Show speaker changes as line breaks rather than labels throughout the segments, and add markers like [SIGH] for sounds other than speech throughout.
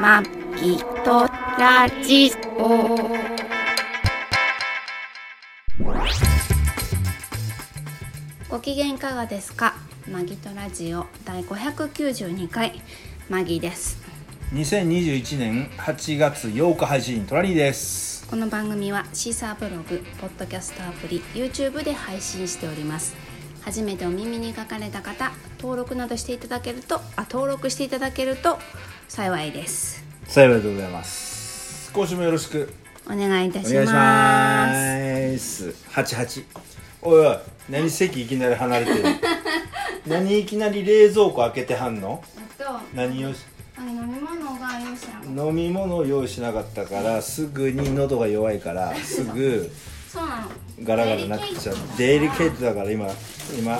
まきとラジオ。ご機嫌いかがですか。マギとラジオ第592回マギです。
2021年8月8日配信トラニーです
この番組はシーサーブログ、ポッドキャストアプリ、YouTube で配信しております。初めてお耳に書かれた方、登録などしていただけると、あ、登録していただけると幸いです。
幸いでございます今週もよろしく
お願いいた
お
し
願いしま
ます。
す88おいおい何席いきなり離 [LAUGHS] れてる何いきなり冷蔵庫開けてはんの
えっと、
何用し
あ飲み物がよしなの
飲み物を用意しなかったからすぐに喉が弱いからすぐ
そうなの
ガラガラなっちゃうデリケートだから今今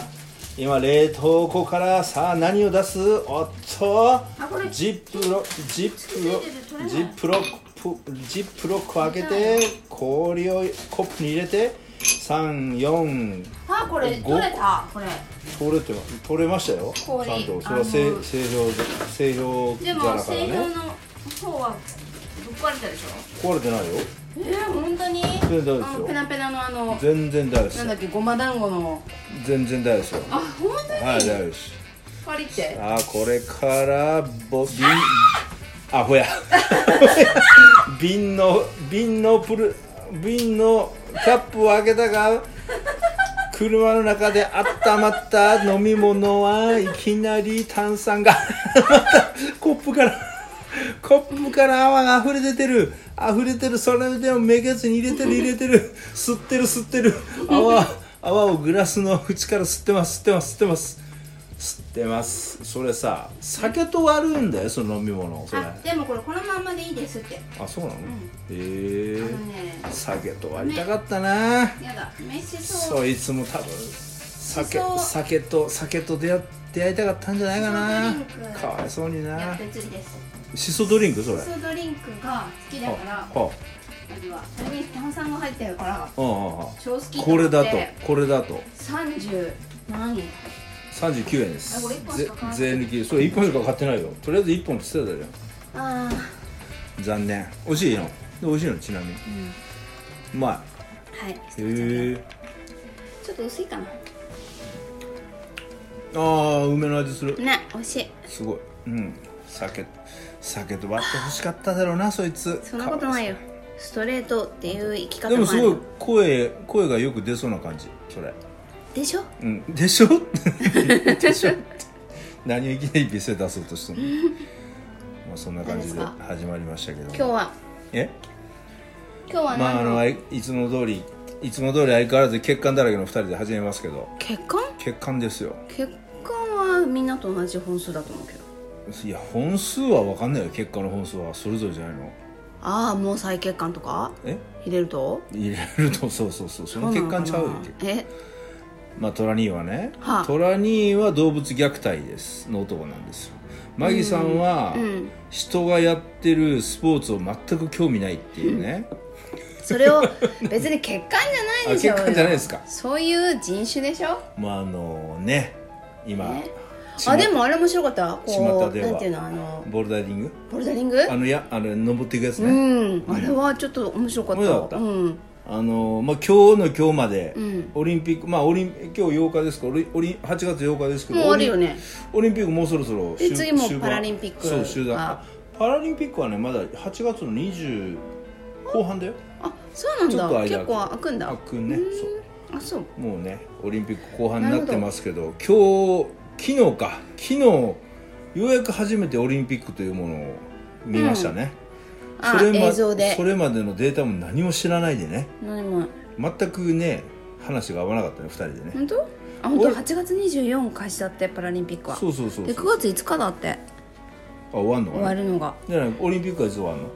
今冷凍庫からさあ何を出すおっと
これ
ジップロジップロ
つけてる
ジップロックジップロックを開けて氷をコップに入れて34
あこれ
ご
取れたこれ
取れてま取れましたよちゃ
氷
んとそれ
あの
は正正常正常
で
皿
も
から
製氷
ね
の方はぶっ壊れたでしょ
壊れてないよ
えー、本当に
然大丈夫ですよ
あのペナペナのあの
全然大丈夫です
なん
よ
だっけごま団子の
全然大丈夫ですよ
あ本当に
はい大丈夫です
パリって
あーこれからボビンあほや瓶の瓶のプル瓶のキャップを開けたが車の中で温まった飲み物はいきなり炭酸が [LAUGHS] またコップからコップから泡が溢れ出てる溢れてるそれでもめげずに入れてる入れてる吸ってる吸ってる泡泡をグラスの縁から吸ってます吸ってます吸ってます吸ってますそれさ酒と割るんだよその飲み物それ
あでもこれこのまんまでいいですって
あそうな
あ
の、へ
の
え
ね
酒と割りたかったな
やだメシソ
そいつも多分酒
そう
酒と酒と出会出会いたかったんじゃないかな
シソドリンク
かわいそうに
いや
な
別にです
シソドリンクそれ
シソドリンクが好きだから
ああ
味はそれに炭酸が入ってるから
ああああ
超好き
これだと
思って
これだと
30何円
39円で
あ
す
これ一本しか買わな
ぜ税抜きそれ1本しか買ってないよとりあえず1本って言ってたじ
ああ
ゃん残念美味しいので美味しいのちなみにうま
はい
いへえ
ちょっと薄いかな
ああ梅の味する
ね美味しい
すごいうん酒酒と割って欲しかっただろうなそいつ
そんなことないよストレートっていう生き方
でも
もあ
すごい
る
声声がよく出そうな感じそれ
でしょ
うんでしょ [LAUGHS] でしょ何をいきなり美声出そうとしてん
[LAUGHS]
のまあそんな感じで
何で
始まりましたけど
今日は
え
今日は
まああ
何の、
のあいいつも通りいつも通り相変わらず血管だらけの2人で始めますけど
血管
血管ですよ
血管はみんなと同じ本数だと思うけど
いや本数は分かんないよ血管の本数はそれぞれじゃないの
ああもう再血管とか
え
入れると
入れるとそうそうそうその血管ちゃう
そ
よ
うなのかなえ
まあ、トラ兄はね、
はあ
トラ兄は動物虐待ですの男なんですよマギさんは、
うん
人がやってるスポーツを全く興味ないっていうね、
それを別に血管じゃないでしょ
あ血管じゃないですか
そういう人種でしょ
まああのね今
ね
ちま
あでもあれ面白かったこ
巷
う
では
なんていうのあの
ボルダリング
ボルダリング
あのやあの登っていくやつ
う
ね、
んあれはちょっと面白かった
面白かった
うん
あのまあ、今日の今日まで、
うん
オリンピックまあオリン今日8日ですかオリオリン8月8日ですけど
もう終わるよね
オリンピックもうそろそろ
で
終
次も
終盤
パラリンピック
そう集団
が
パラリンピックはねまだ8月の20後半だよ
あそう
ちょ
なん
っと
だ
間
結構開くんだ
あくんね
あそう
そうもうねオリンピック後半になってますけど今日昨日か昨日ようやく初めてオリンピックというものを見ましたね、
あ
ま
映像で
それまでのデータも何も知らないでね
何も
全くね話が合わなかったね2人でね
本当あ本当
俺
8月24日開始だってパラリンピックは
そうそうそう
で
そ
9
う
月5日だって
あ終わんの
終
か
わ
な
るのが
じゃないオリンピックはいつ終わんの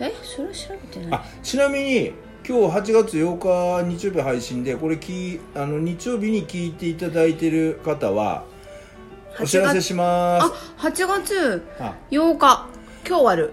えそれ調べてない
あちなみに今日8月8日日曜日配信でこれきあの日曜日に聞いていただいてる方はお知らせ
月
します
あ8月
あ
8日今日終わる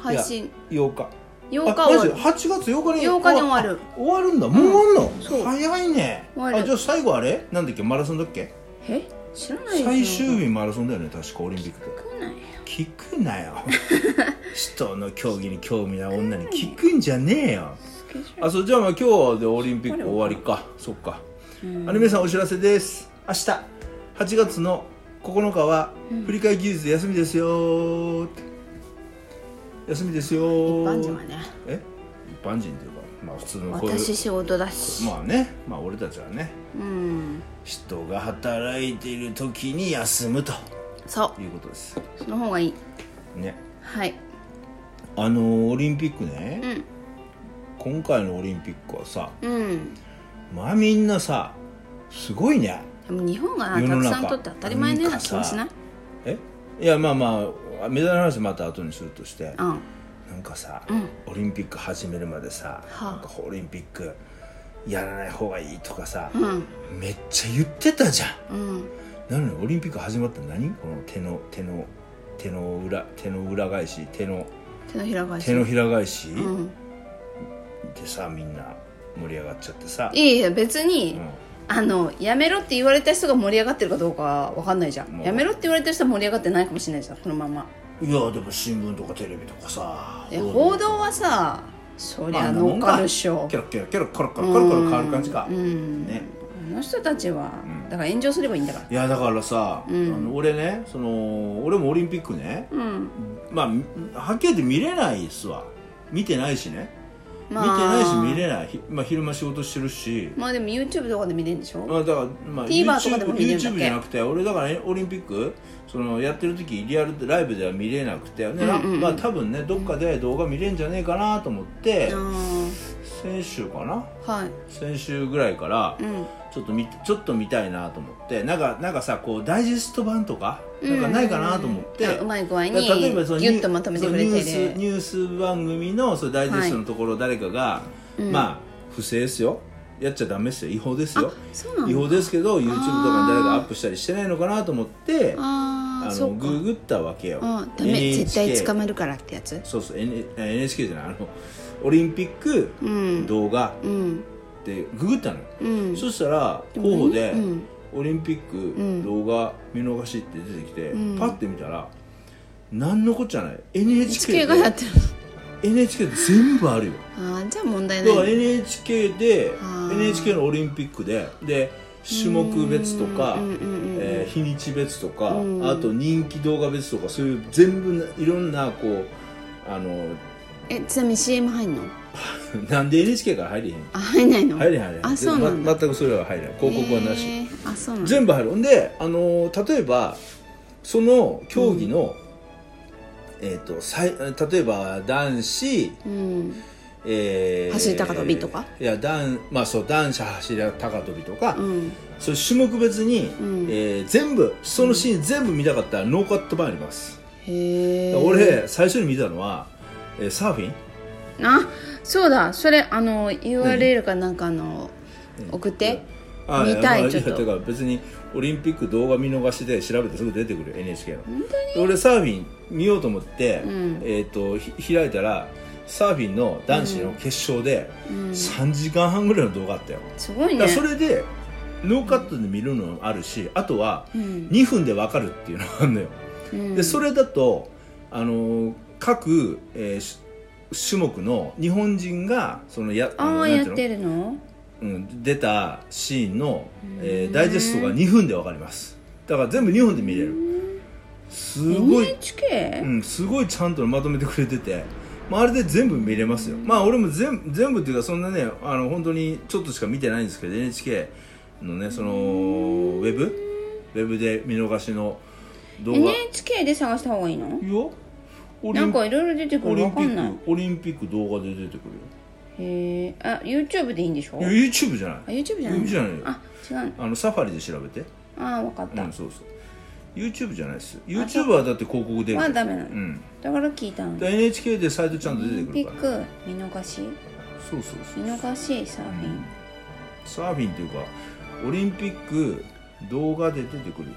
配信
8日
8日終
あ
わ
マジ
る
で8月8日に
8日に終わる
あ終わるんだもう終わんの、
そう
早いね
終わる
あじゃあ最後あれなんだっけマラソンだっけ
え知らないよ
最終日マラソンだよね確かオリンピックって
そんなの聞かないよ
聞くな
[LAUGHS]
よ人の競技に興味ない女に聞くんじゃねえよあそうじゃあまあ今日でオリンピック終わりかそっか、アニメさんお知らせです明日8月の9日は振り替え技術で休みですよーって休みですよー
一般人はね
え一般人というかまあ普通のこういう
私仕事だし、
まあねまあ俺たちはね
うん
人が働いている時に休むと
そ
いうことです
うその方がいい
ね
はい
あのーオリンピックね、
うん
今回のオリンピックはさ
うん
まあみんなさすごいね
でも日本が
世
た
の
く
中
さん取って当たり前のような気もしない
えいやまあまあメダルの話また後にするとして
うん
なんかさ、
うん
オリンピック始めるまでさ、
はあ
なんかオリンピックやらない方がいいとかさ、
うん
めっちゃ言ってたじゃん
うん
なのにオリンピック始まったら何この手の手の手の裏手の裏返し手の
手のひら返し
手のひら返し、
うん
でさみんな盛り上がっちゃってさ、
いやいや別に、
うん
あのやめろって言われた人が盛り上がってるかどうかわかんないじゃん
もう
やめろって言われた人は盛り上がってないかもしれないじゃんこのまま
いやでも新聞とかテレビとかさ
え報道はさそりゃ乗っかるでしょ
キャロキャロキャロコロコロコロコロ変わる感じか、
うん
ね
あの人たちは、だから炎上すればいいんだから
いやだからさ、あの俺ねその俺もオリンピックね、
うん
まあはっきり言って見れないっすわ見てないしね、
まあ
見てないし見れないひまあ、昼間仕事してるし、
まあでも YouTube とかで見れるんでしょ
まあ、だから、まあ、
TVer とかでも
YouTube,
見れるんだっ
YouTube
け
じゃなくて俺だから、ね、オリンピックそのやってる時リアルライブでは見れなくて、ねなまあ、多分ねどっかで動画見れんじゃねえかなと思って、
うん
先週かな
はい
先週ぐらいから、
うん
ちょっと見ちょっと見たいなと思ってなんかなんかさこうダイジェスト版とかなんかないかなと思って、
うんうんうんあうまい具合に
だから例えばそのニュ
ギュッとまとめてくれてる
そうニュースニュース番組のそのダイジェストのところ誰かが、まあ不正ですよやっちゃダメですよ違法ですよ
そうな
違
の
法ですけど YouTube とかに誰かアップしたりしてないのかなと思ってあ
ああそ
の
うか
ググったわけよ、
あダメ
NHK
絶対捕まるからってやつ
そうそう、N、NHK じゃないあのオリンピック
うん
動画、
うん
ってググったのよ、
うん
そしたら候補で
うん
オリンピック動画見逃しって出てきて、パッて見たら何のこっちゃない NHK
NHK がやっ
で
てる
NHK で全部あるよ
ああじゃあ問題な
だ
い
から
ね
NHK で
あー
NHK のオリンピックでで種目別とか
うんうんうんうん、
えー日にち別とか
うん
あと人気動画別とかそういう全部ないろんなこうあの [LAUGHS]
えちなみに CM 入んの
なんで NHK から入れへん
あ入んないの
入れへん入れへん
あそうなんだ、
ま全くそれは入れない広告はなし、
へーあそうなんだ
全部入るほんで、あのー例えばその競技の、えっ、とさい例えば男子、
うん
えー
走り高跳びとか
いや男まあそう男子走り高跳びとか、
うん
そういう種目別に、
うん
えー全部そのシーン全部見たかったらノーカット版あります、
へえ
俺最初に見たのは、えーサーフィン
あそうだそれあの URL かなんかあの送って
あ
見たい
や
ちょっと
やだから別にオリンピック動画見逃しで調べてすぐ出てくるよ NHK の俺サーフィン見ようと思って、
うん
えっ、とひ開いたらサーフィンの男子の決勝で
うん
3時間半ぐらいの動画あったよ、
すごい
だか
ね
らそれでノーカットで見るのもあるしあとは
うん
2分でわかるっていうのがあるのよ、
うん
でそれだとあのー各、えーし種目の日本人がそのや
あ
の
あ
な
や
ん
っ
うの
てるの
うん、出たシーンの、えーダイジェストが2分でわかりますだから全部2分で見れるすごい、
NHK
うん、すごいちゃんとまとめてくれてて、まあ、あれで全部見れますよまあ俺も全全部っていうかそんなねあの本当にちょっとしか見てないんですけど NHK のねそのウェブウェブで見逃しの動画い
NHK で探した方がいいの
やオリ
なん
ン
かいろいろ出てく
オ
る
リ
わ
ンピ
かんない
ックオリンピック動画で出てく
へえあ YouTube でいいんでしょ
るよいや YouTube じゃ
あ
ない
YouTube じゃないの
YouTube じゃないよ
あ違うの
あのサファリで調べて
ああ分かっ
うん、
た
そうそう YouTube じゃないですよ YouTube はだって広告出る
まあダメな
う
の
ん
だから聞いたの
で NHK でサイトちゃんと
オリ
出て
ン
く
ピ
るか
ック
ら
見逃し
そうそうそ
見
う
逃しサーフィン
サーフィンっていうかオリンピック動画で出てくるよ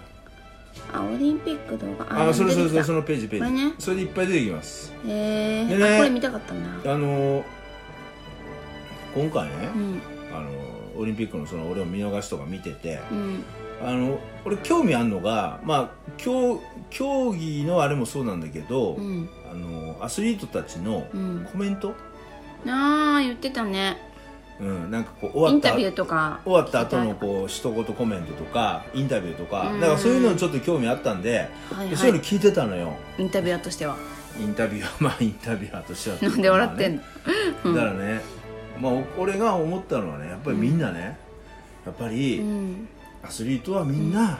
あオリンピック動画
あそれそれそれそ
の
のページペ
こ
ー
れ
ジ、
ね
それでいっぱい出てきます
へえ
でね
あこれ見たかったな
あのー今回ね
う、ん
あのーオリンピックのその俺を見逃しとか見てて
うん
あの俺興味あるのが、まあ、競競技のあれもそうなんだけど、
うん
あのアスリートたちの
うん
コメント、
ああ言ってたね
うんなんかこう終
イ
わっ
ンタ
た
ビューとか
終わった後のこう一言コメントとかインタビューとか、
うん
だからそういうのにちょっと興味あったんで、
はいはい
そういうの聞いてたのよ
インタビュアーとしては
インタビュー [LAUGHS] まあインタビュアーとしては
なんで笑ってんの、
まあねだからね、まあ、お俺が思ったのはねやっぱりみんなね、やっぱり、
うん
アスリートはみんな、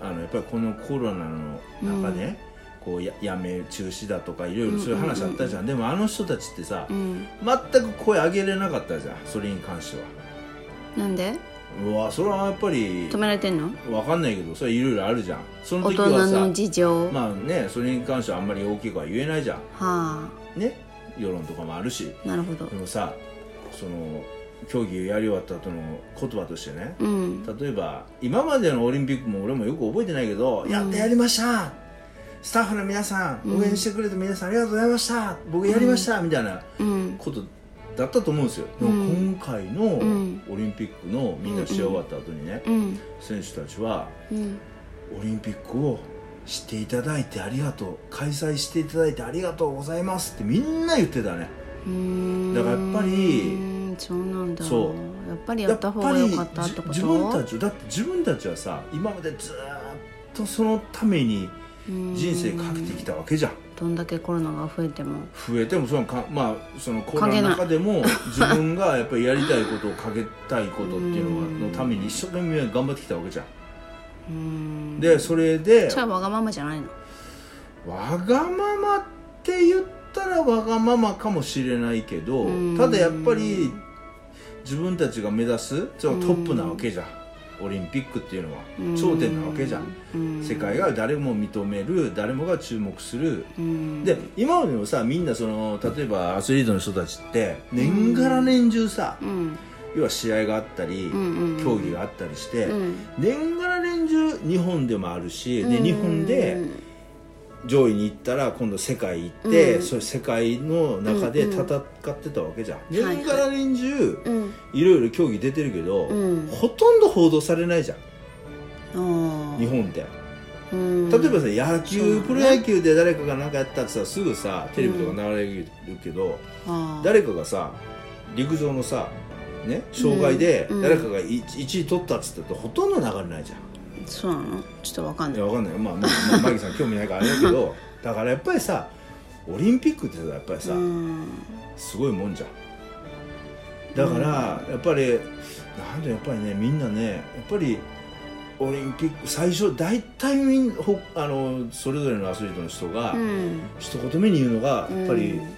あのやっぱりこのコロナの中で、こうややめ中止だとかいろいろそういう話あったじゃん,、でもあの人たちってさ、
うん
全く声上げれなかったじゃんそれに関しては
なんで
うわそれはやっぱり
止められてんの
わかんないけどそれいろいろあるじゃんその
大
時はさ
人の事情、は
まあねそれに関してはあんまり大きくは言えないじゃ
あ
んね世論とかもあるし
なるほど
でもさその競技をやり終わった後の言葉としてね、
うん
例えば今までのオリンピックも俺もよく覚えてないけど、やってやりましたスタッフの皆さん
うん
応援してくれた皆さんありがとうございました僕やりました、みたいな
うん
ことだったと思うんですよ、でも
うん
今回の
ん
オリンピックのみんな試合終わった後にね、
うん
選手たちは
うん
オリンピックを知っていただいてありがとう開催していただいてありがとうございますってみんな言ってたね
うーん
だからやっぱり
うーんそうなんだ
そ
やっぱりやった方が良かったってこと
じ自分たちだって自分たちはさ今までずーっとそのために人生かけてきたわけじゃん
どんだけコロナが増えても
増えてもそのか、まあ、そのコロナの中でも自分がやっぱりやりたいことをかけたいことっていう
[LAUGHS]
のがのために一生懸命頑張ってきたわけじゃん
うーん
でそれで
じゃあわがままじゃないの
わがままって言ったらわがままかもしれないけど
うん
ただやっぱり自分たちが目指すそのトップなわけじゃんオリンピックっていうのは
うん
頂点なわけじゃん
うん
世界が誰も認める誰もが注目する
うん
で今までもさみんなその例えばアスリートの人たちって年がら年中さ
うん
要は試合があったり
うんうんうん
競技があったりして
うん
年がら年中日本でもあるしで
うん
日本で上位に行ったら今度世界行って、
うん
そういう世界の中で
うんう
戦
ん
ってたわけじゃん、
いはい
年がら年中
うん
いろいろ競技出てるけど、
うん
ほとんど報道されないじゃん
あ
日本って
あうん
例えばさ野
そうだ
球、
ね
プロ野球で誰かが何かやったってさすぐさテレビとか流れるけど、
ああ
誰かがさ陸上のさね、障害で
うん
誰かが 1, 位取ったっつってたらほとんど流れないじゃん
そうなのちょっとわかん
い
ない
やわかんないよまあ、まあまあ、マギさん興味ないからあれだけどだからやっぱりさオリンピックってさやっぱりさ、
うん
すごいもんじゃんだから、やっぱりなんでやっぱりねみんなねやっぱりオリンピック最初大体みんほあのそれぞれのアスリートの人が、
うん
一言目に言うのがやっぱり、
うん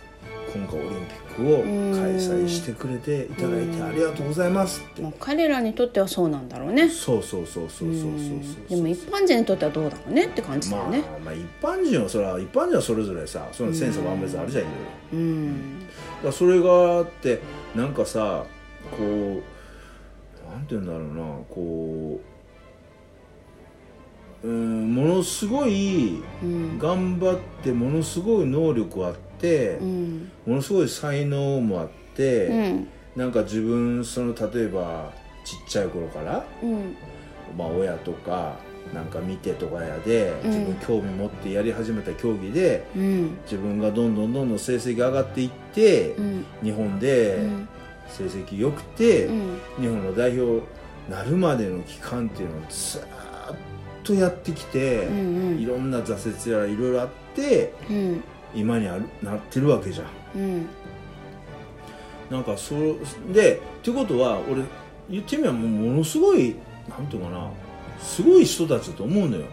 今回オリンピックを開催してくれていただいてありがとうございますって、
まあ彼らにとってはそうなんだろうね
そうそうそうそうそうそう
うん
そ
で
う
も一般人にとってはどうだろうねって感じだ
ま
よ
あ、
ね
まあ一般人はそれは一般人はそれぞれさその千差万別あるじゃんいろいろ
うん
だからそれがあってなんかさこうなんて言うんだろうなこううんものすごい
うん
頑張ってものすごい能力あって、
うん
ものすごい才能もあって、
うん
なんか自分その例えばちっちゃい頃から、
うん
まあ、親とかなんか見てとかやで
うん
自分興味持ってやり始めた競技で、
うん
自分がどんどんどんどん成績上がっていって、
うん
日本で、
うん
成績良くて、
うん
日本の代表なるまでの期間っていうのをずーっとやってきて、
うん
いろんな挫折やらいろいろあって
うん
今にあるなってるわけじゃん。
うん
なんかそでっていうことは俺言ってみればもうものすごいなんていうかなすごい人たちだと思うのよ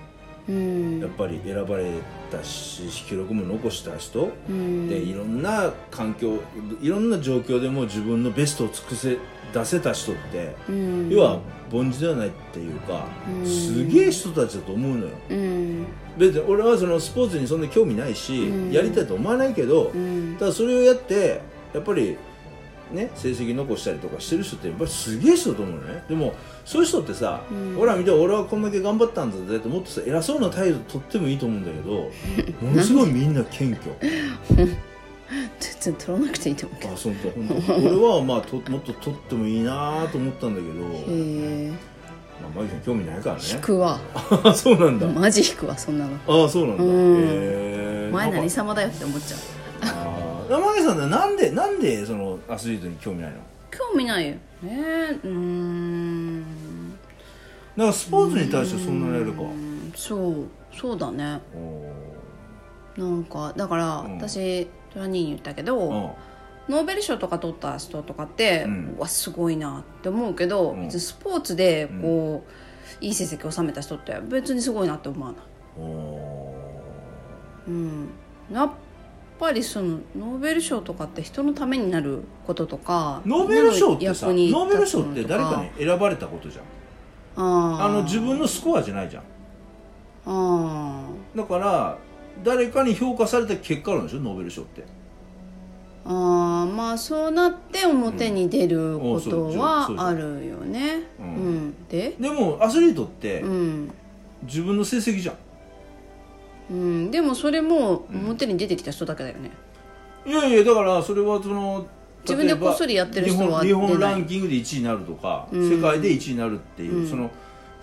うん
やっぱり選ばれたし記録も残した人
うん
でいろんな環境いろんな状況でも自分のベストを尽くせ出せた人って
うん
要は凡人ではないっていうか、
うん
すげえ人たちだと思うのよ
うん
別に俺はそのスポーツにそんな興味ないし、
うん
やりたいと思わないけど、
うん
ただそれをやってやっぱりね成績残したりとかしてる人ってやっぱりすげえ人だと思うのねでもそういう人ってさ、
うん
ほら見て俺はこんだけ頑張ったんだぜってもっとさ偉そうな態度とってもいいと思うんだけどものすごいみんな謙虚
[LAUGHS] 全然取らなくていいと思うけど
あそうほんと俺はまあともっととってもいいなと思ったんだけど
へえ
まあ、マジで興味ないからね
引くわ
ああ [LAUGHS] そうなんだ、
マジ引くわそんなの
ああそうなんだ、
うん
へえ
お前
なん
何
か
様だよって思っちゃう
ああマギさんってなんでなんでそのアスリートに興味ないの
興味ないよねうーん
なんかスポーツに対してそんなにやるか
うんそうそうだね
おー
なんかだから、
うん
私トラニーに言ったけど、
うん
ノーベル賞とか取った人とかって、
う
うんわすごいなって思うけど、
うん
別にスポーツでこう、いい成績を収めた人って別にすごいなって思わない、
お
うん、やっぱりそのノーベル賞とかって人のためになることとか
ーノーベル賞ってさ
役
ノ
に立つ
ーベル賞って誰か
もの
に
と
選ばれたことじゃん
あー
あの自分のスコアじゃないじゃん
あ
だから誰かに評価された結果なんでしょノーベル賞って
ーあーまあそうなって表に出る
うんお
こ
うそう
と
じゃそうじゃ
はあるよね、
う
うんんで、
でもアスリートって
うん
自分の成績じゃん
うん、でもそれも表に出てきた人だけだよね、
いやいやだからそれはその
自分でこっそりやってる人は
例えば日本日
出
本
ない
ランキングで1位になるとか、
ん
世界で1位になるっていう、
うん
その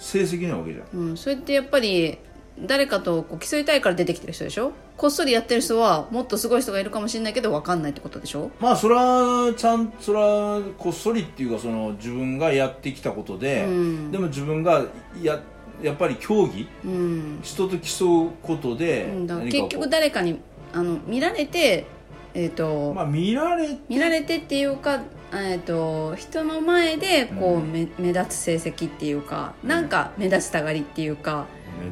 成績なわけじゃん
うん、それってやっぱり誰かとこう競いたいから出てきてる人でしょこっそりやってる人はもっとすごい人がいるかもしれないけど分かんないってことでしょ
まあそれはちゃんそれはこっそりっていうかその自分がやってきたことで、
うん
でも自分がややっぱり競技
うん、
人と競うことで、
うん、だから
何かこ
結
う
局誰かにあの見られてえっ、と、
まあ見られ
見られてっていうか、えっと人の前でこう、
うん
め目立つ成績っていうかなんか目立ちたがりっていうか、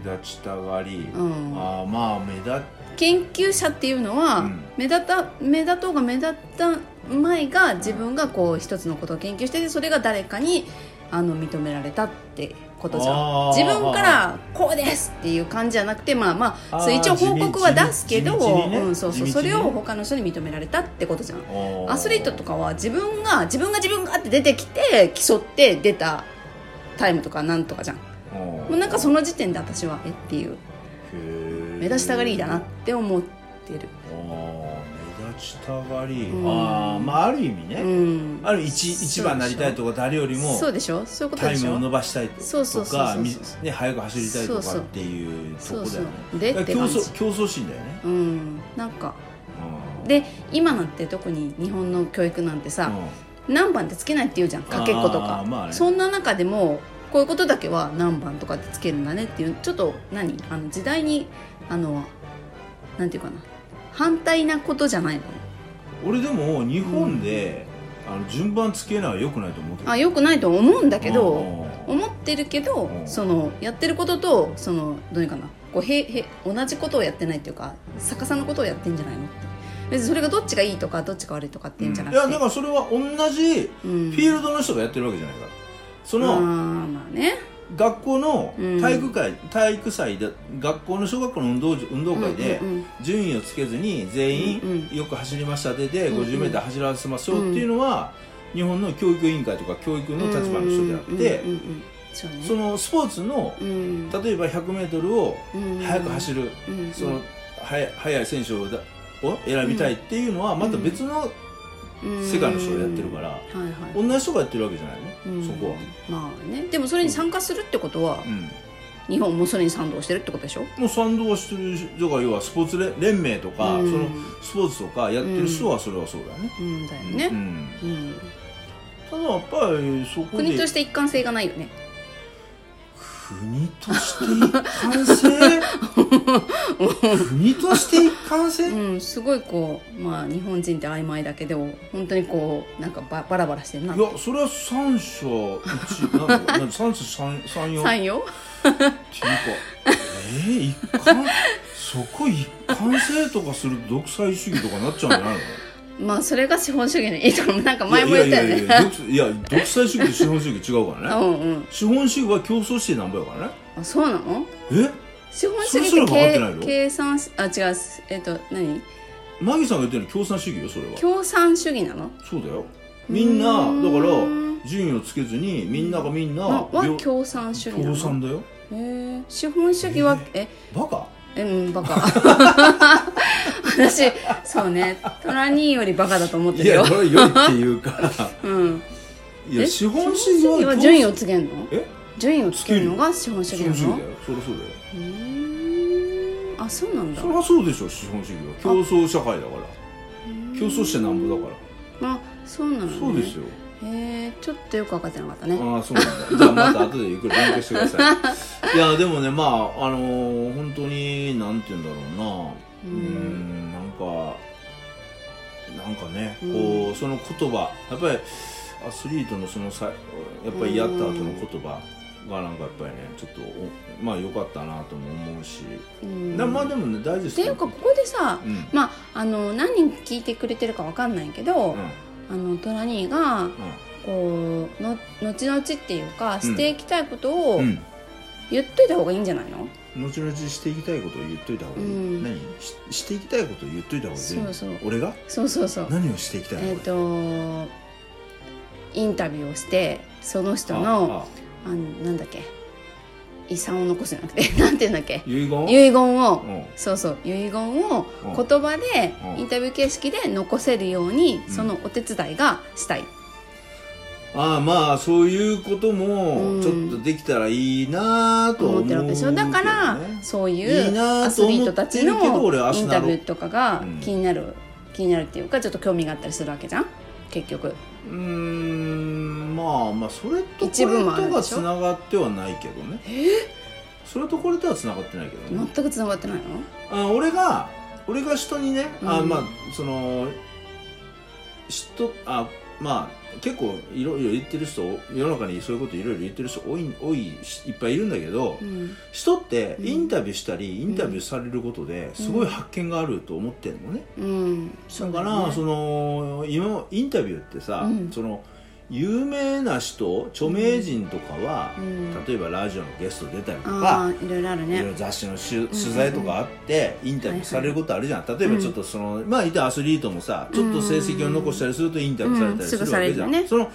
目立ちたがり、
うん
あーまあ目立っ
研究者っていうのは、
うん
目立た目立とうが目立った前が自分がこう一つのことを研究しててそれが誰かにあの認められたってことじゃん
あー
自分からこうですっていう感じじゃなくてまあまあそう
あー
一応報告は出すけど、
地道にね
うん、そうそう
地
そ
道にね
れを他の人に認められたってことじゃん
おー
アスリートとかは自分が自分が自分がって出てきて競って出たタイムとかなんとかじゃんも
おー
うなんかその時点で私はえっていう
へー
目立ちたがりだなって思ってる
あー目立ちたがり、
うん
ああまあある意味ね、
うん
ある一一番になりたいとか誰よりも
そうでしょそういうこと
タ
で
イ
し
ムを
ょ
伸ばしたいと
そうそうそうそう
かみね、早く走りたいと
そう
か
そう
っていうとこだよね
そうそうで
だから
って
競
感じ
争競争心だよね、
うんなんか
うん
で今なんて特に日本の教育なんてさ、何番ってつけないって言うじゃんかけっこと
あ
か、
ーまあね
そんな中でもこういうことだけは何番とかってつけるんだねっていうちょっと何あの時代にあのなんていうかな反対なことじゃないの
うん俺でも日本で、あの順番つけないのはよくないと思うけど
あよくないと思うんだけど、
うん
思ってるけど、
うん
そのやってることとそのどういうかなこうへへ同じことをやってないっていうか逆さのことをやってんじゃないのって別にそれがどっちがいいとかどっちが悪いとかっていうんじゃなく
い
て、
やだからそれは同じ
う
フ
ん
ィールドの人がやってるわけじゃないからその、
あーまあね
学校の
うん
体育会、体育祭で学校の小学校の運動運動会で
うんうんうん
順位をつけずに全員
う
よく走りましたでで
うんうん
50m 走らせましょうっていうのは日本の教育委員会とか教育の立場の人であって
うんうんうんうんそうね
そのスポーツの
うん
例えば 100m を
うん
速く走る
うんうん
その速い速い選手をだを選びたいっていうのはまた別の世界の人がやってるから
うんはいはい
同じ人がやってるわけじゃないね
うん
そこは。
まあねでもそれに参加するってことは
う、ん
日本もそれに賛同してるってことでしょ
もう賛同してる人が要はスポーツ連連盟とか、
うん
そのスポーツとかやってる人はそれはそうだよね。
うんだよね、
うん、
うん、
ただやっぱりそこで
国として一貫性がないよね
国として一
[LAUGHS]
貫性国として一貫性、
うん、すごいこう、まあ、日本人って曖昧だけど本当にこうなんかババラバラしてるない
やそれは三者一なんだなんだ三者三三四っていうか
三よ
えー、一貫そこ一貫性とかすると独裁主義とかなっちゃうんじゃない
[LAUGHS]
の
まあそれが資本主義のいいところなんか前も言ったよ
いやいやいやい
ね
や独いや独裁主義と資本主義違うからね。
うんうん
資本主義は競争してなんぼやからね
あそうなの
え
資本主
それ
義
すら
っ
分かってない
て
の
け計算しあ違うえっと何
マギさんが言ってるの共産主義よそれは
共産主義なの
そうだよみんなだ
うーん
から順位をつけずにみんながみんな
のは
両
共産主義な
共産
の
だよ
へえ資本主義はえ
バカ
えうんバカ [LAUGHS] 私そうねトラ兄よりバカだと思って
い
る
や
よ
[LAUGHS] よいっていうか
うん
いや
え
資本主義は
順位をつけんの
え
順位をつけるのが資本主義
資本
な
主義
の
だよそりゃそうだよ
うーんあそうなんだ
そりゃそうでしょ資本主義は競争社会だから競争してなんぼだから
あそうなの、ね、
そうですよ
へえちょっとよく分かってなかったね
ああそうなんだじゃあまた後でゆっくり勉強してくださ
[LAUGHS]
いいやでもねまああのー本当になんて言うんだろうなう
うんん
なんかなんかね、
うん
こうその言葉やっぱりアスリートのそのさやっぱりやった後の言葉がなんかやっぱりねちょっとおまあ良かったなとも思うし、
うん
だまあでもね大事で
っ
す
ていうかここでさ
うん、うん
まああの何人聞いてくれてるかわかんないけど、
うん
あのトラ兄がこうの後々っていうかしていきたいことを
うん
言っといた方がいいんじゃないの、
後々していきたいことを言っといた方がいい、
うん
何ししていきたいことを言っといた方がいい
そうそう
俺が
そうそうそう
[LAUGHS] 何をしていきたいの
えっ、とインタビューをしてその人のあ
ああ
のなんだっけ遺産を残すんじゃなくて [LAUGHS] なんていうんだっけ
遺言
遺言を
うん
そうそう遺言を
うん
言葉で
うん
インタビュー形式で残せるようにそのお手伝いがしたい、
ああまあそういうこと
う
も
ん
ちょっとできたらいいなと
思
は思う
っ
け
てる
ど
わけ
ね、
でしょだからそうい
いいうな
ア
と
スリ
思
ー
っ
トた
て
ち
るけど
の
俺ア
イ
ス
ン
ナ
タ
ロ
ビューとかが
うん
気になる気になるっていうかちょっと興味があったりするわけじゃん結局
うーんまあまあそれとこれ
一部もある
とは
でし
つ
ょ
ながってはないけどねそれとこれとはつながってないけど
全
ね
くつながってないの
あ俺が俺が人にね、あ
うん
まあその人あまあ結構いろいろ言ってる人世の中にそういうこといろいろ言ってる人多い多いいっぱいいるんだけど、
うん
人って
うん
インタビューしたり、インタビューされることですごい発見があると思ってるのね、
うんそう
だ
だ
から、
ね
その今インタビューってさ、
うん
その有名な人著名人とかは、
うん
例えばラジオのゲスト出たりと
あ
か、
あいろいろある
いろい
ね
ろ雑誌の取取材とかあって、インタビューされることあるじゃん、例えばちょっとその、まあいたアスリートもさちょっと成績を残したりするとインタビューされたりするわけじゃん、
うんすぐされるよね
その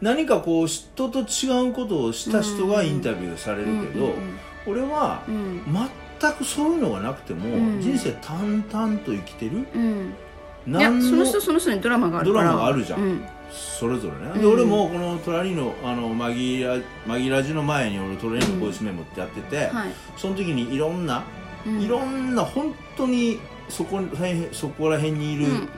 何かこう人と違うことをした人がインタビューされるけど、俺は
うんうん
全くそういうのがなくても、
うん
人生淡々と生きてる
うんうんいや
何
その
の
人その人にドラマがあるから
ドラマがあるじゃん
うん
それぞれね、
うん
で俺もこの「トラリの」あの紛ら「紛らじ」の前に俺「トラリのボイスメモ」ってやってて、
はい
その時にいろんな、
うん
いろんな本当にそこへそこら辺にいる
うん